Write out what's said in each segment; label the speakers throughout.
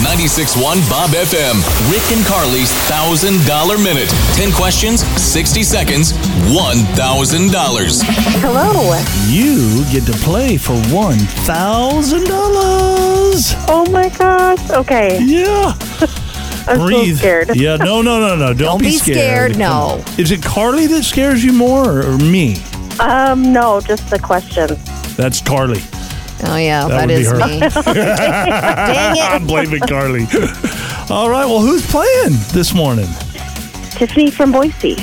Speaker 1: 96.1 Bob FM. Rick and Carly's $1,000 Minute. 10 questions, 60 seconds, $1,000.
Speaker 2: Hello.
Speaker 3: You get to play for one thousand dollars.
Speaker 2: Oh my gosh. Okay.
Speaker 3: Yeah.
Speaker 2: I'm
Speaker 3: Breathe.
Speaker 2: so scared.
Speaker 3: Yeah. No. No. No. No. Don't,
Speaker 4: Don't be scared, no.
Speaker 3: Come- Is it Carly that scares you more, or, or me?
Speaker 2: Um, no, just the questions.
Speaker 3: That's Carly.
Speaker 4: Oh yeah,
Speaker 3: would
Speaker 4: that
Speaker 3: be
Speaker 4: is
Speaker 3: her.
Speaker 4: me. Dang it!
Speaker 3: I'm blaming Carly. All right. Well, who's playing this morning?
Speaker 2: Tiffany from Boise.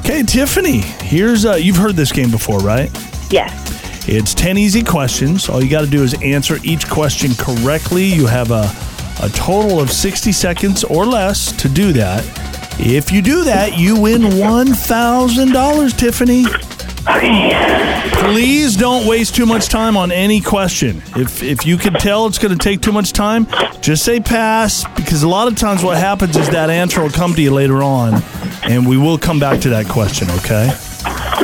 Speaker 3: Okay, Tiffany. Here's uh, you've heard this game before, right?
Speaker 2: Yes.
Speaker 3: It's 10 easy questions. All you got to do is answer each question correctly. You have a, a total of 60 seconds or less to do that. If you do that, you win $1,000, Tiffany. Please don't waste too much time on any question. If, if you can tell it's going to take too much time, just say pass because a lot of times what happens is that answer will come to you later on and we will come back to that question, okay?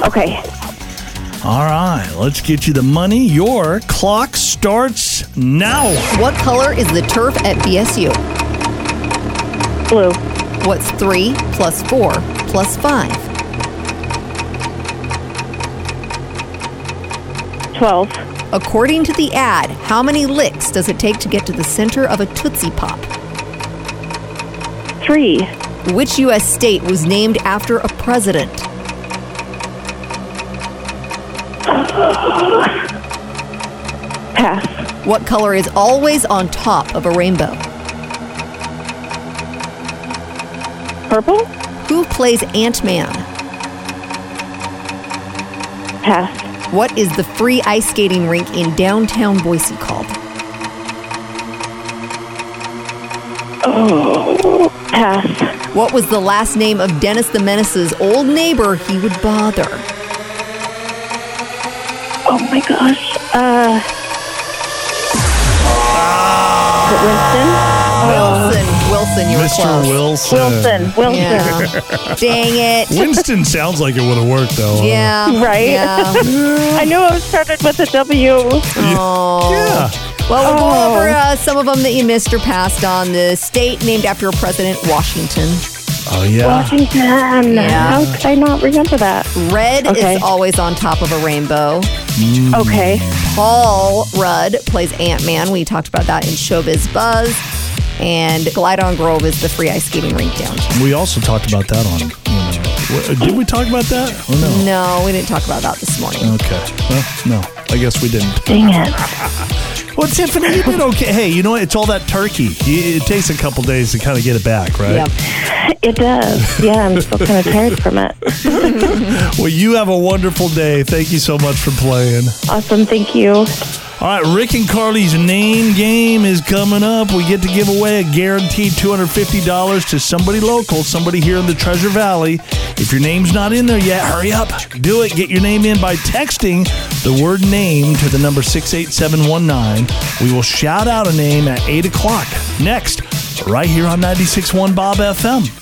Speaker 2: Okay.
Speaker 3: All right, let's get you the money. Your clock starts now.
Speaker 4: What color is the turf at BSU?
Speaker 2: Blue.
Speaker 4: What's three plus four plus five?
Speaker 2: 12.
Speaker 4: According to the ad, how many licks does it take to get to the center of a Tootsie Pop?
Speaker 2: 3.
Speaker 4: Which U.S. state was named after a president?
Speaker 2: Pass.
Speaker 4: What color is always on top of a rainbow?
Speaker 2: Purple.
Speaker 4: Who plays Ant Man?
Speaker 2: Pass.
Speaker 4: What is the free ice skating rink in downtown Boise called?
Speaker 2: Pass.
Speaker 4: What was the last name of Dennis the Menace's old neighbor he would bother?
Speaker 2: Oh my gosh. Uh. Is it Winston?
Speaker 3: Uh,
Speaker 4: Wilson, Wilson, you were
Speaker 3: Mr.
Speaker 4: close.
Speaker 3: Wilson.
Speaker 2: Wilson. Wilson.
Speaker 4: Yeah. Dang it.
Speaker 3: Winston sounds like it would have worked, though.
Speaker 4: Yeah.
Speaker 2: Right?
Speaker 4: Yeah.
Speaker 2: I knew it started with a W.
Speaker 4: Oh.
Speaker 3: Yeah.
Speaker 4: Well, we'll
Speaker 2: Oh.
Speaker 4: go over uh, some of them that you missed or passed on. The state named after a president, Washington.
Speaker 3: Oh, yeah.
Speaker 2: Washington.
Speaker 4: Yeah.
Speaker 2: How could I not remember that?
Speaker 4: Red
Speaker 2: Okay.
Speaker 4: is always on top of a rainbow.
Speaker 2: Okay.
Speaker 4: Paul Rudd plays Ant Man. We talked about that in Showbiz Buzz. And Glide on Grove is the free ice skating rink downtown.
Speaker 3: We also talked about that on. You know, what- did we talk about that? Oh, no.
Speaker 4: No, we didn't talk about that this morning.
Speaker 3: Okay. Well, no, I guess we didn't.
Speaker 2: Dang it.
Speaker 3: Well, Tiffany, you did okay. Hey, you know what? It's all that turkey. You- It takes a couple days to kind of get it back,
Speaker 2: Oh.
Speaker 3: right?
Speaker 4: Yep.
Speaker 2: It does. Yeah, I'm still kind of tired from it.
Speaker 3: Well, you have a wonderful day. Thank you so much for playing.
Speaker 2: Awesome. Thank you.
Speaker 3: All right, Rick and Carly's name game is coming up. We get to give away a guaranteed $250 to somebody local, somebody here in the Treasure Valley. If your name's not in there yet, hurry up. Do it. Get your name in by texting the word name to the number 68719. We will shout out a name at 8 o'clock next, right here on 96.1 Bob FM.